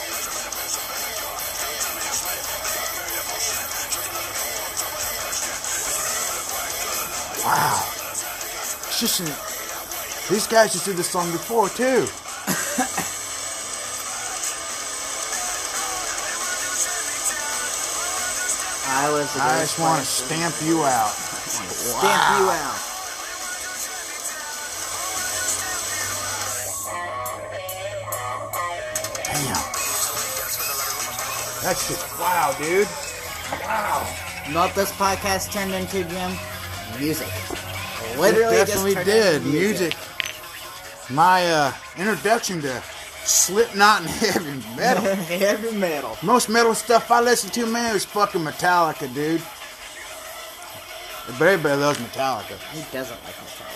[SPEAKER 1] Wow. It's just an, These guys just did this song before, too.
[SPEAKER 2] I was.
[SPEAKER 1] I just want to stamp you out.
[SPEAKER 2] stamp you out.
[SPEAKER 1] Damn. That's just. Wow, dude. Wow.
[SPEAKER 2] You know what this podcast turned into, Jim? Music. Literally,
[SPEAKER 1] it
[SPEAKER 2] just
[SPEAKER 1] definitely
[SPEAKER 2] turned
[SPEAKER 1] did
[SPEAKER 2] into
[SPEAKER 1] music. My uh, introduction to Slipknot and heavy metal.
[SPEAKER 2] Heavy metal.
[SPEAKER 1] Most metal stuff I listen to, man, is fucking Metallica, dude. But everybody loves Metallica.
[SPEAKER 2] Who doesn't like Metallica?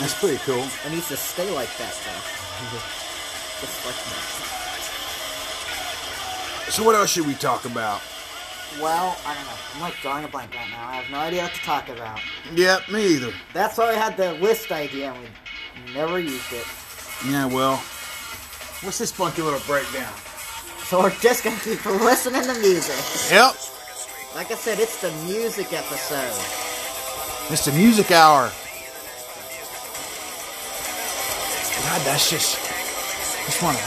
[SPEAKER 1] That's pretty cool.
[SPEAKER 2] It needs to stay like that, though. just like that.
[SPEAKER 1] So what else should we talk about?
[SPEAKER 2] Well, I don't know. I'm like drawing a blank right now. I have no idea what to talk about.
[SPEAKER 1] Yep, me either.
[SPEAKER 2] That's why we had the list idea and we never used it.
[SPEAKER 1] Yeah, well. What's this funky little breakdown?
[SPEAKER 2] So we're just gonna keep listening to music.
[SPEAKER 1] Yep,
[SPEAKER 2] Like I said, it's the music episode.
[SPEAKER 1] it's the music hour. God, that's just. Just want to.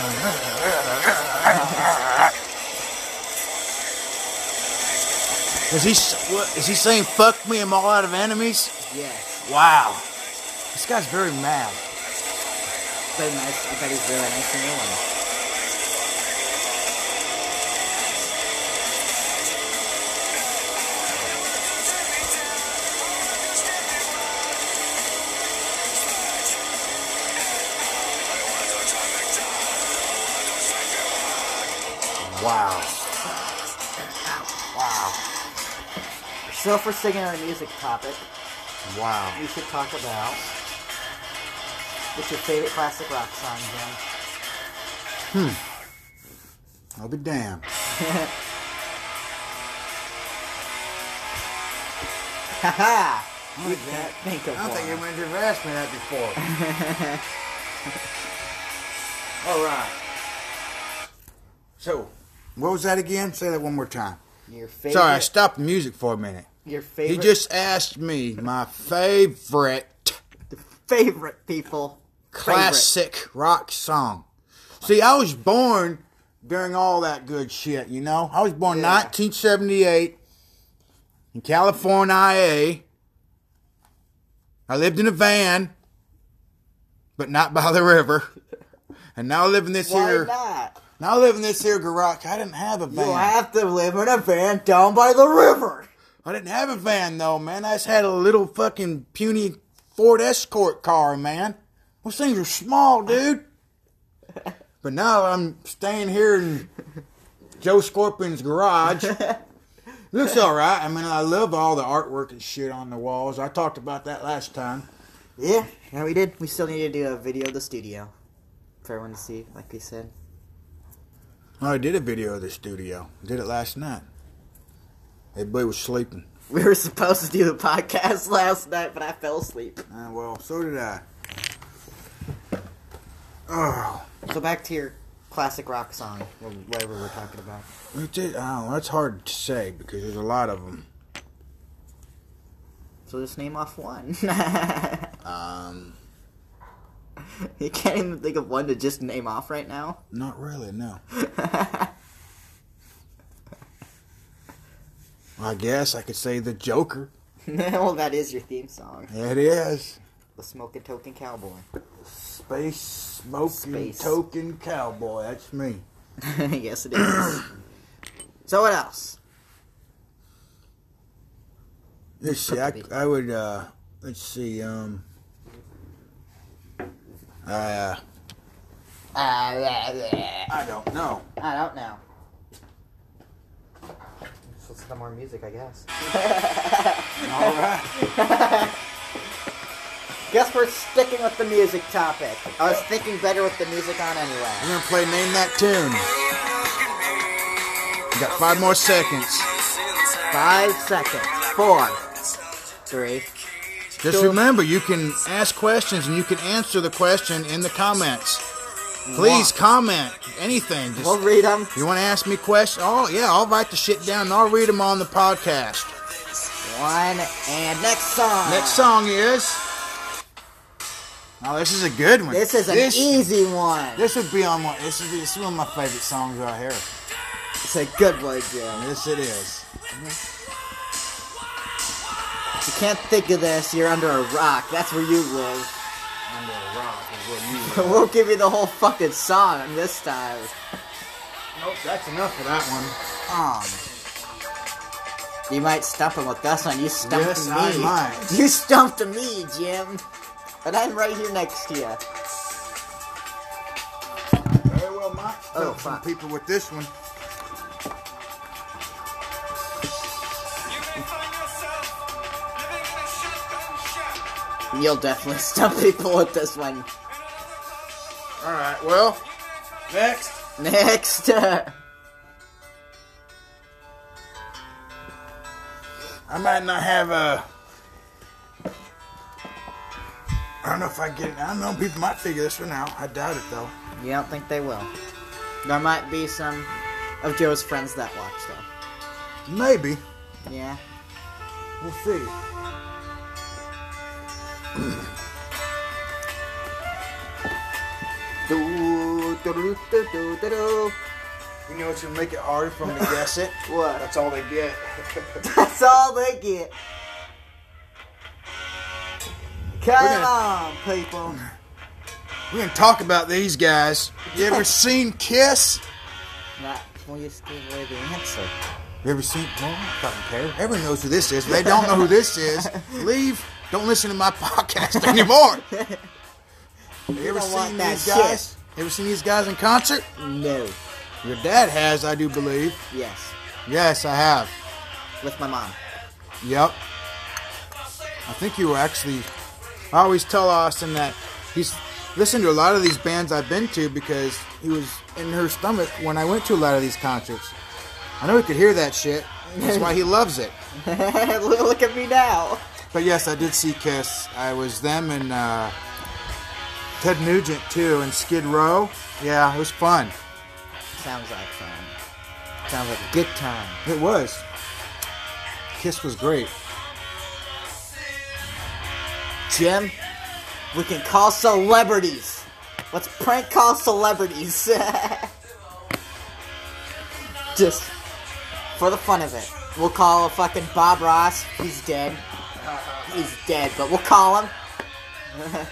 [SPEAKER 1] Is he s- what, is he saying fuck me I'm all out of enemies?
[SPEAKER 2] Yes.
[SPEAKER 1] Wow. This guy's very mad.
[SPEAKER 2] So nice. I bet he's really nice to anyone.
[SPEAKER 1] Wow.
[SPEAKER 2] Wow. So if we're singing our music topic,
[SPEAKER 1] Wow.
[SPEAKER 2] we should talk about what's your favorite classic rock song, Jim?
[SPEAKER 1] I'll be damned.
[SPEAKER 2] Haha! You can't think of
[SPEAKER 1] I don't think
[SPEAKER 2] one.
[SPEAKER 1] anyone's ever asked me that before. All right. So, what was that again? Say that one more time.
[SPEAKER 2] Your favorite.
[SPEAKER 1] Sorry, I stopped the music for a minute.
[SPEAKER 2] your
[SPEAKER 1] He
[SPEAKER 2] favorite.
[SPEAKER 1] just asked me my favorite
[SPEAKER 2] favorite people.
[SPEAKER 1] classic rock song. See, I was born during all that good shit, you know? I was born
[SPEAKER 2] Yeah.
[SPEAKER 1] 1978 in California. I lived in a van, but not by the river. And now I live in this
[SPEAKER 2] Favorite. Why
[SPEAKER 1] here
[SPEAKER 2] not?
[SPEAKER 1] now I live in this here garage. I didn't have a van.
[SPEAKER 2] You have to live in a van down by the river.
[SPEAKER 1] I didn't have a van though, man. I just had a little fucking puny Ford Escort car, man. Those things are small, dude. But now I'm staying here in Joe Scorpion's garage. Looks all right. I mean, I love all the artwork and shit on the walls. I talked about that last time.
[SPEAKER 2] Yeah, yeah, we did. We still need to do a video of the studio for everyone to see, like we said.
[SPEAKER 1] Oh, I did a video of the studio. Did it last night. Everybody was sleeping.
[SPEAKER 2] We were supposed to do the podcast last night, but I fell asleep.
[SPEAKER 1] Ah, well, so did I.
[SPEAKER 2] So back to your classic rock song, or whatever we're talking about.
[SPEAKER 1] It did. I don't know. That's hard to say because there's a lot of them.
[SPEAKER 2] So just name off one. um, you can't even think of one to just name off right now.
[SPEAKER 1] Not really, no. I guess I could say the Joker.
[SPEAKER 2] well, that is your theme song,
[SPEAKER 1] It is.
[SPEAKER 2] the Smoking Token Cowboy.
[SPEAKER 1] Space smoking
[SPEAKER 2] Space.
[SPEAKER 1] token cowboy. That's me.
[SPEAKER 2] yes, it is. so what else?
[SPEAKER 1] Let's see. I, I would, uh, let's see, um, uh,
[SPEAKER 2] Uh, blah, blah.
[SPEAKER 1] I don't know.
[SPEAKER 2] I don't know. Just listen to more music, I guess.
[SPEAKER 1] All right.
[SPEAKER 2] Guess we're sticking with the music topic. I was thinking better with the music on anyway.
[SPEAKER 1] I'm going to play Name That Tune. We got five more seconds.
[SPEAKER 2] Five seconds. Four. Three.
[SPEAKER 1] Just
[SPEAKER 2] Sure.
[SPEAKER 1] remember, you can ask questions and you can answer the question in the comments. Please comment anything. Just-
[SPEAKER 2] We'll read them.
[SPEAKER 1] you want to ask me questions? Oh, yeah, I'll write the shit down and I'll read them on the podcast.
[SPEAKER 2] One and next song.
[SPEAKER 1] Next song is. Oh, this is a good one.
[SPEAKER 2] This is an e-
[SPEAKER 1] this,
[SPEAKER 2] easy one.
[SPEAKER 1] This would be on one. This is, this is one of my favorite songs right here.
[SPEAKER 2] It's a good one, Jim.
[SPEAKER 1] Yes, it is.
[SPEAKER 2] If you can't think of this, you're under a rock. That's where you live.
[SPEAKER 1] Under a rock is what you.
[SPEAKER 2] We'll give you the whole fucking song this time.
[SPEAKER 1] nope, that's enough for that one.
[SPEAKER 2] Um, you might stump him with this one. You stumped
[SPEAKER 1] Yes,
[SPEAKER 2] me.
[SPEAKER 1] I might.
[SPEAKER 2] You stumped me, Jim. But I'm right here next to you.
[SPEAKER 1] Very well, Mike.
[SPEAKER 2] Oh,
[SPEAKER 1] Help some
[SPEAKER 2] fuck.
[SPEAKER 1] people with this one.
[SPEAKER 2] You'll definitely stump people with this one.
[SPEAKER 1] All right. Well, next.
[SPEAKER 2] Next. uh,
[SPEAKER 1] I might not have a. I don't know if I get it. I don't know. People might figure this one out. I doubt it though.
[SPEAKER 2] You don't think they will? There might be some of Joe's friends that watch, though.
[SPEAKER 1] Maybe.
[SPEAKER 2] Yeah.
[SPEAKER 1] We'll see.
[SPEAKER 2] Do, do, do, do, do, do, do.
[SPEAKER 1] You know what's gonna make it harder for them to guess it?
[SPEAKER 2] What?
[SPEAKER 1] That's all they get.
[SPEAKER 2] That's all they get. Come
[SPEAKER 1] gonna-
[SPEAKER 2] on, people.
[SPEAKER 1] We're gonna talk about these guys. You ever seen Kiss?
[SPEAKER 2] That, well, you just gave away the answer.
[SPEAKER 1] You ever seen? Well, I don't fucking care. Everyone knows who this is. If they don't know who this is, leave. Don't listen to my podcast anymore. you ever
[SPEAKER 2] don't want
[SPEAKER 1] seen
[SPEAKER 2] that
[SPEAKER 1] these
[SPEAKER 2] shit.
[SPEAKER 1] guys? You ever seen these guys in concert?
[SPEAKER 2] No.
[SPEAKER 1] Your dad has, I do believe.
[SPEAKER 2] Yes,
[SPEAKER 1] Yes, I have.
[SPEAKER 2] with my mom.
[SPEAKER 1] Yep. I think you were actually. I always tell Austin that he's listened to a lot of these bands I've been to because he was in her stomach when I went to a lot of these concerts. I know he could hear that shit. That's why he loves it.
[SPEAKER 2] Look at me now.
[SPEAKER 1] But yes, I did see Kiss. I was them and uh, Ted Nugent too, and Skid Row. Yeah, it was fun.
[SPEAKER 2] Sounds like fun. Sounds like a good time.
[SPEAKER 1] It was. Kiss was great.
[SPEAKER 2] Jim, we can call celebrities. Let's prank call celebrities. Just for the fun of it. We'll call fucking Bob Ross. He's dead. He's dead, but we'll call him. him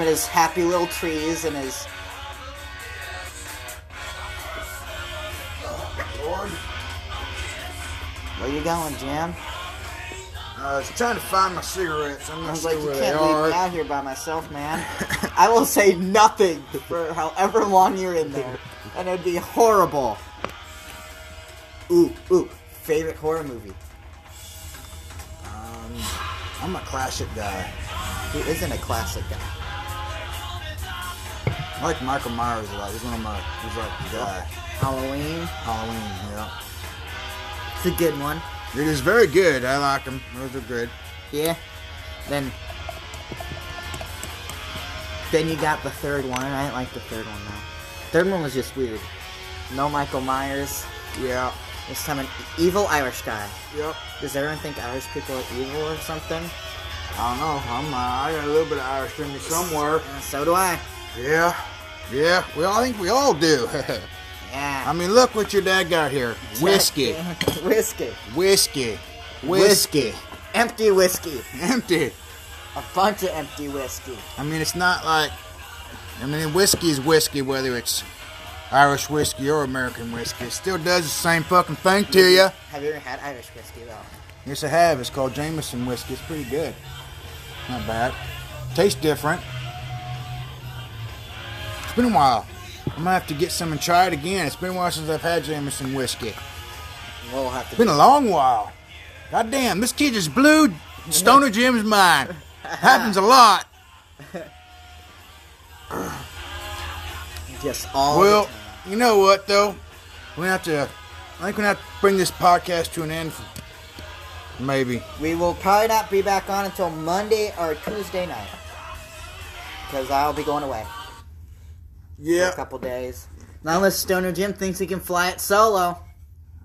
[SPEAKER 2] and his happy little trees and his. Where you going, Jim?
[SPEAKER 1] Uh, I was trying to find my cigarettes. I'm
[SPEAKER 2] I
[SPEAKER 1] not
[SPEAKER 2] was
[SPEAKER 1] sure
[SPEAKER 2] like, you
[SPEAKER 1] where they
[SPEAKER 2] can't leave
[SPEAKER 1] are.
[SPEAKER 2] me out here by myself, man. I will say nothing for however long you're in there, and it'd be horrible. Ooh, ooh, favorite horror movie? Um,
[SPEAKER 1] I'm a classic guy.
[SPEAKER 2] Who isn't a classic guy?
[SPEAKER 1] I like Michael Myers a lot. He's one of my. He's like the guy.
[SPEAKER 2] Halloween.
[SPEAKER 1] Halloween. Yeah.
[SPEAKER 2] It's a good one.
[SPEAKER 1] It is very good. I like him. Those are good.
[SPEAKER 2] Yeah. Then, then you got the third one. I didn't like the third one though. Third one was just weird. No Michael Myers.
[SPEAKER 1] Yeah.
[SPEAKER 2] This time an evil Irish guy.
[SPEAKER 1] Yep.
[SPEAKER 2] Does everyone think Irish people are evil or something?
[SPEAKER 1] I don't know. I'm. Uh, I got a little bit of Irish in me somewhere.
[SPEAKER 2] Uh, so do I.
[SPEAKER 1] Yeah. Yeah. We all I think we all do.
[SPEAKER 2] Yeah.
[SPEAKER 1] I mean, look what your dad got here. Whiskey.
[SPEAKER 2] whiskey.
[SPEAKER 1] Whiskey. Whiskey.
[SPEAKER 2] Empty whiskey.
[SPEAKER 1] Empty.
[SPEAKER 2] A bunch of empty whiskey.
[SPEAKER 1] I mean, it's not like. I mean, whiskey is whiskey, whether it's Irish whiskey or American whiskey. It still does the same fucking thing to you.
[SPEAKER 2] Have you ever had Irish whiskey though?
[SPEAKER 1] Yes, I have. It's called Jameson whiskey. It's pretty good. Not bad. Tastes different. It's been a while. I'm gonna have to get some and try it again. It's been a while since I've had Jameson whiskey. It's
[SPEAKER 2] We'll have to.
[SPEAKER 1] been a long while. God damn, this kid just blew Stoner Jim's mind. Happens a lot.
[SPEAKER 2] Just all.
[SPEAKER 1] Well, you know what though? We have to. uh, I think we have to bring this podcast to an end. Maybe.
[SPEAKER 2] the- we will probably not be back on until Monday or Tuesday night. Because I'll be going away for a
[SPEAKER 1] Yeah.
[SPEAKER 2] couple days. Not unless Stoner Jim thinks he can fly it solo.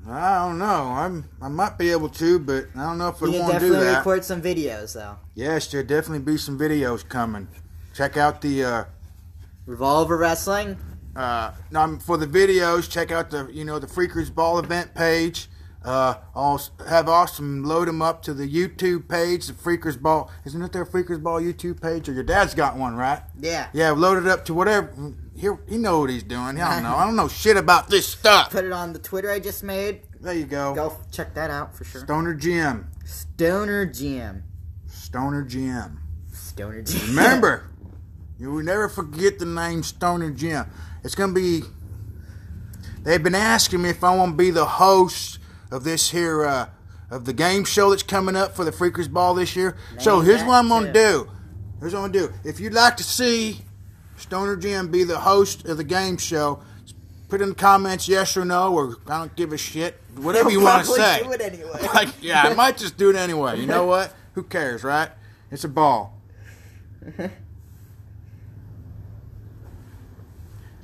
[SPEAKER 1] I don't know. I'm. I might be able to, but I don't know if I
[SPEAKER 2] We can
[SPEAKER 1] want to do
[SPEAKER 2] definitely
[SPEAKER 1] that.
[SPEAKER 2] record some videos though.
[SPEAKER 1] Yes, there'll definitely be some videos coming. Check out the. Uh,
[SPEAKER 2] Revolver Wrestling.
[SPEAKER 1] uh, no, I'm- for the videos, check out the you know the Freakers Ball event page. Uh, I'll s- have Austin load them up to the YouTube page, the Freakers Ball. Isn't it their Freakers Ball YouTube page? Or your dad's got one, right?
[SPEAKER 2] Yeah.
[SPEAKER 1] Yeah, load it up to whatever. He, he know what he's doing. I don't know. I don't know shit about this stuff.
[SPEAKER 2] Put it on the Twitter I just made.
[SPEAKER 1] There you go.
[SPEAKER 2] Go f- check that out for sure.
[SPEAKER 1] Stoner Jim.
[SPEAKER 2] Stoner Jim.
[SPEAKER 1] Stoner Jim.
[SPEAKER 2] Stoner Jim.
[SPEAKER 1] Remember, you will never forget the name Stoner Jim. It's going to be. They've been asking me if I want to be the host of this here, uh, of the game show that's coming up for the Freakers Ball this year. so
[SPEAKER 2] Name
[SPEAKER 1] here's
[SPEAKER 2] that
[SPEAKER 1] what I'm going to
[SPEAKER 2] too.
[SPEAKER 1] do. Here's what I'm going to do. If you'd like to see Stoner Jim be the host of the game show, put in the comments yes or no, or I don't give a shit. Whatever you want to
[SPEAKER 2] Probably
[SPEAKER 1] say
[SPEAKER 2] do it anyway.
[SPEAKER 1] like, yeah, I might just do it anyway. You know what? Who cares, right? It's a ball.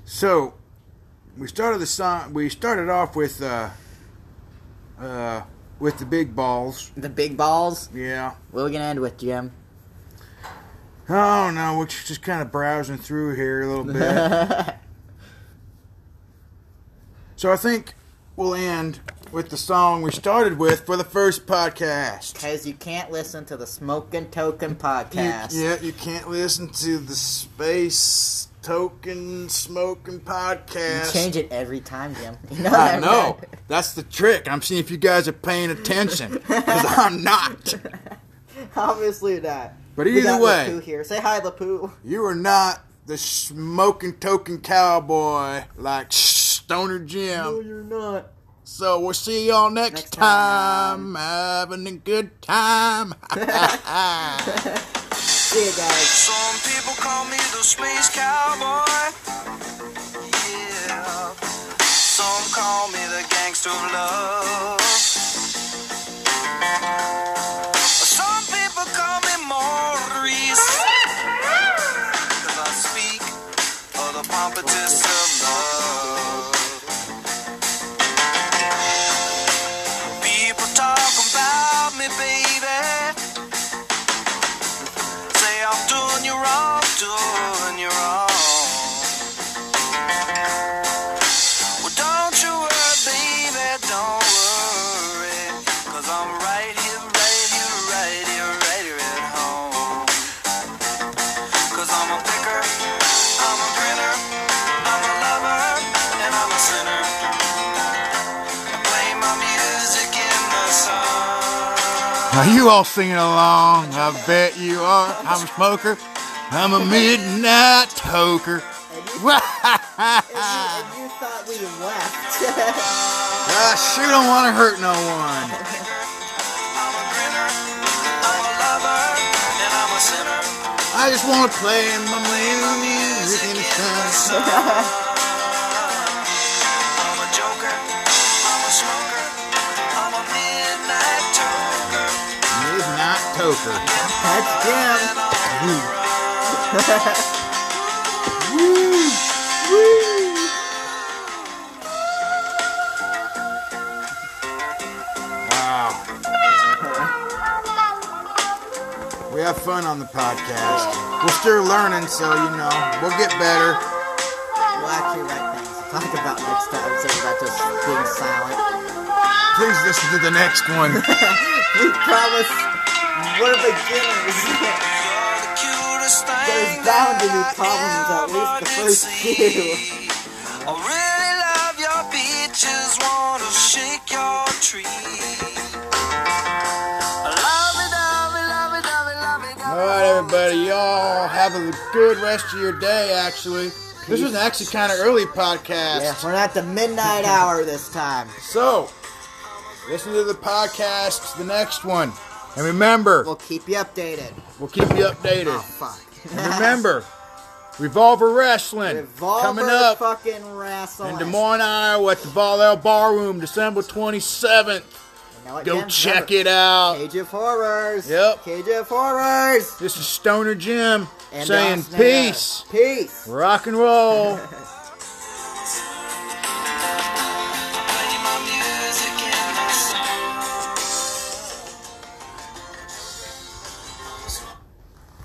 [SPEAKER 1] so, we started the song. We started off with uh, uh, with the big balls.
[SPEAKER 2] the big balls.
[SPEAKER 1] Yeah.
[SPEAKER 2] What are we gonna end with, Jim?
[SPEAKER 1] Oh no, we're just kind of browsing through here a little bit. so I think we'll end with the song we started with for the first podcast.
[SPEAKER 2] Because you can't listen to the Smokin' Token
[SPEAKER 1] You-
[SPEAKER 2] podcast.
[SPEAKER 1] yeah, you can't listen to the Space Token Smoking Podcast.
[SPEAKER 2] You change it every time, Jim. You know
[SPEAKER 1] I
[SPEAKER 2] that,
[SPEAKER 1] know.
[SPEAKER 2] right?
[SPEAKER 1] That's the trick. I'm seeing if you guys are paying attention. Because I'm not.
[SPEAKER 2] Obviously not.
[SPEAKER 1] But
[SPEAKER 2] We
[SPEAKER 1] either
[SPEAKER 2] got
[SPEAKER 1] way,
[SPEAKER 2] Lapoo here. Say hi, Lapoo.
[SPEAKER 1] you are not the smoking token cowboy like Stoner
[SPEAKER 2] No,
[SPEAKER 1] Jim.
[SPEAKER 2] you're not.
[SPEAKER 1] So we'll see y'all next,
[SPEAKER 2] Next
[SPEAKER 1] time.
[SPEAKER 2] time.
[SPEAKER 1] Having a good time.
[SPEAKER 2] See ya, guys.
[SPEAKER 4] Some people call me the space cowboy. Yeah. Some call me the gangster of love. Some people call me Maurice. 'cause I speak of the pompous of love. People talk about me, baby say I'm doing you wrong, doing you wrong. Well, don't you worry, baby, don't worry. Cause I'm right here, right here, right here, right here at home. Cause I'm a picker, I'm a grinner, I'm a lover, and I'm a sinner. I play my music in the sun.
[SPEAKER 1] Are you all singing along? I bet you are. I'm a smoker. I'm a midnight toker.
[SPEAKER 2] And you, and you thought we left.
[SPEAKER 1] I sure don't want to hurt no one.
[SPEAKER 4] I'm a grinner, I'm a lover, and I'm a sinner.
[SPEAKER 1] I just want to play my music in the sun.
[SPEAKER 4] I'm a joker, I'm a smoker, I'm a midnight toker.
[SPEAKER 1] Midnight toker.
[SPEAKER 2] That's Jim.
[SPEAKER 1] Wow. We have fun on the podcast. We're still learning, so you know, we'll get better.
[SPEAKER 2] We'll actually write things to talk about next time instead about just being silent.
[SPEAKER 1] Please listen to the next one.
[SPEAKER 2] We promise we're beginners.
[SPEAKER 4] You're the cutest thing
[SPEAKER 2] There's bound to be
[SPEAKER 4] that I
[SPEAKER 2] problems at least the
[SPEAKER 4] ever
[SPEAKER 2] first
[SPEAKER 4] did
[SPEAKER 2] few.
[SPEAKER 4] see. I really love your beaches, wanna shake your tree. Love it, love it, love it, love it, love it,
[SPEAKER 1] All
[SPEAKER 4] love it.
[SPEAKER 1] right, everybody, y'all have a good rest of your day. Actually, this was actually kind of early podcast.
[SPEAKER 2] yeah, we're not the midnight hour this time.
[SPEAKER 1] So, listen to the podcast, the next one, and remember,
[SPEAKER 2] We'll keep you updated.
[SPEAKER 1] we'll keep you updated.
[SPEAKER 2] Oh, fuck.
[SPEAKER 1] And remember, Revolver Wrestling
[SPEAKER 2] Revolver
[SPEAKER 1] coming up
[SPEAKER 2] fucking wrestling.
[SPEAKER 1] in Des Moines, Iowa, at the Ball Barroom, December 27th.
[SPEAKER 2] You know what,
[SPEAKER 1] Go
[SPEAKER 2] Jim?
[SPEAKER 1] check
[SPEAKER 2] Remember,
[SPEAKER 1] it out.
[SPEAKER 2] Cage of Horrors.
[SPEAKER 1] Yep.
[SPEAKER 2] Cage of Horrors.
[SPEAKER 1] This is Stoner Jim
[SPEAKER 2] And
[SPEAKER 1] saying
[SPEAKER 2] Austin Air.
[SPEAKER 1] peace,
[SPEAKER 2] Peace.
[SPEAKER 1] rock and roll.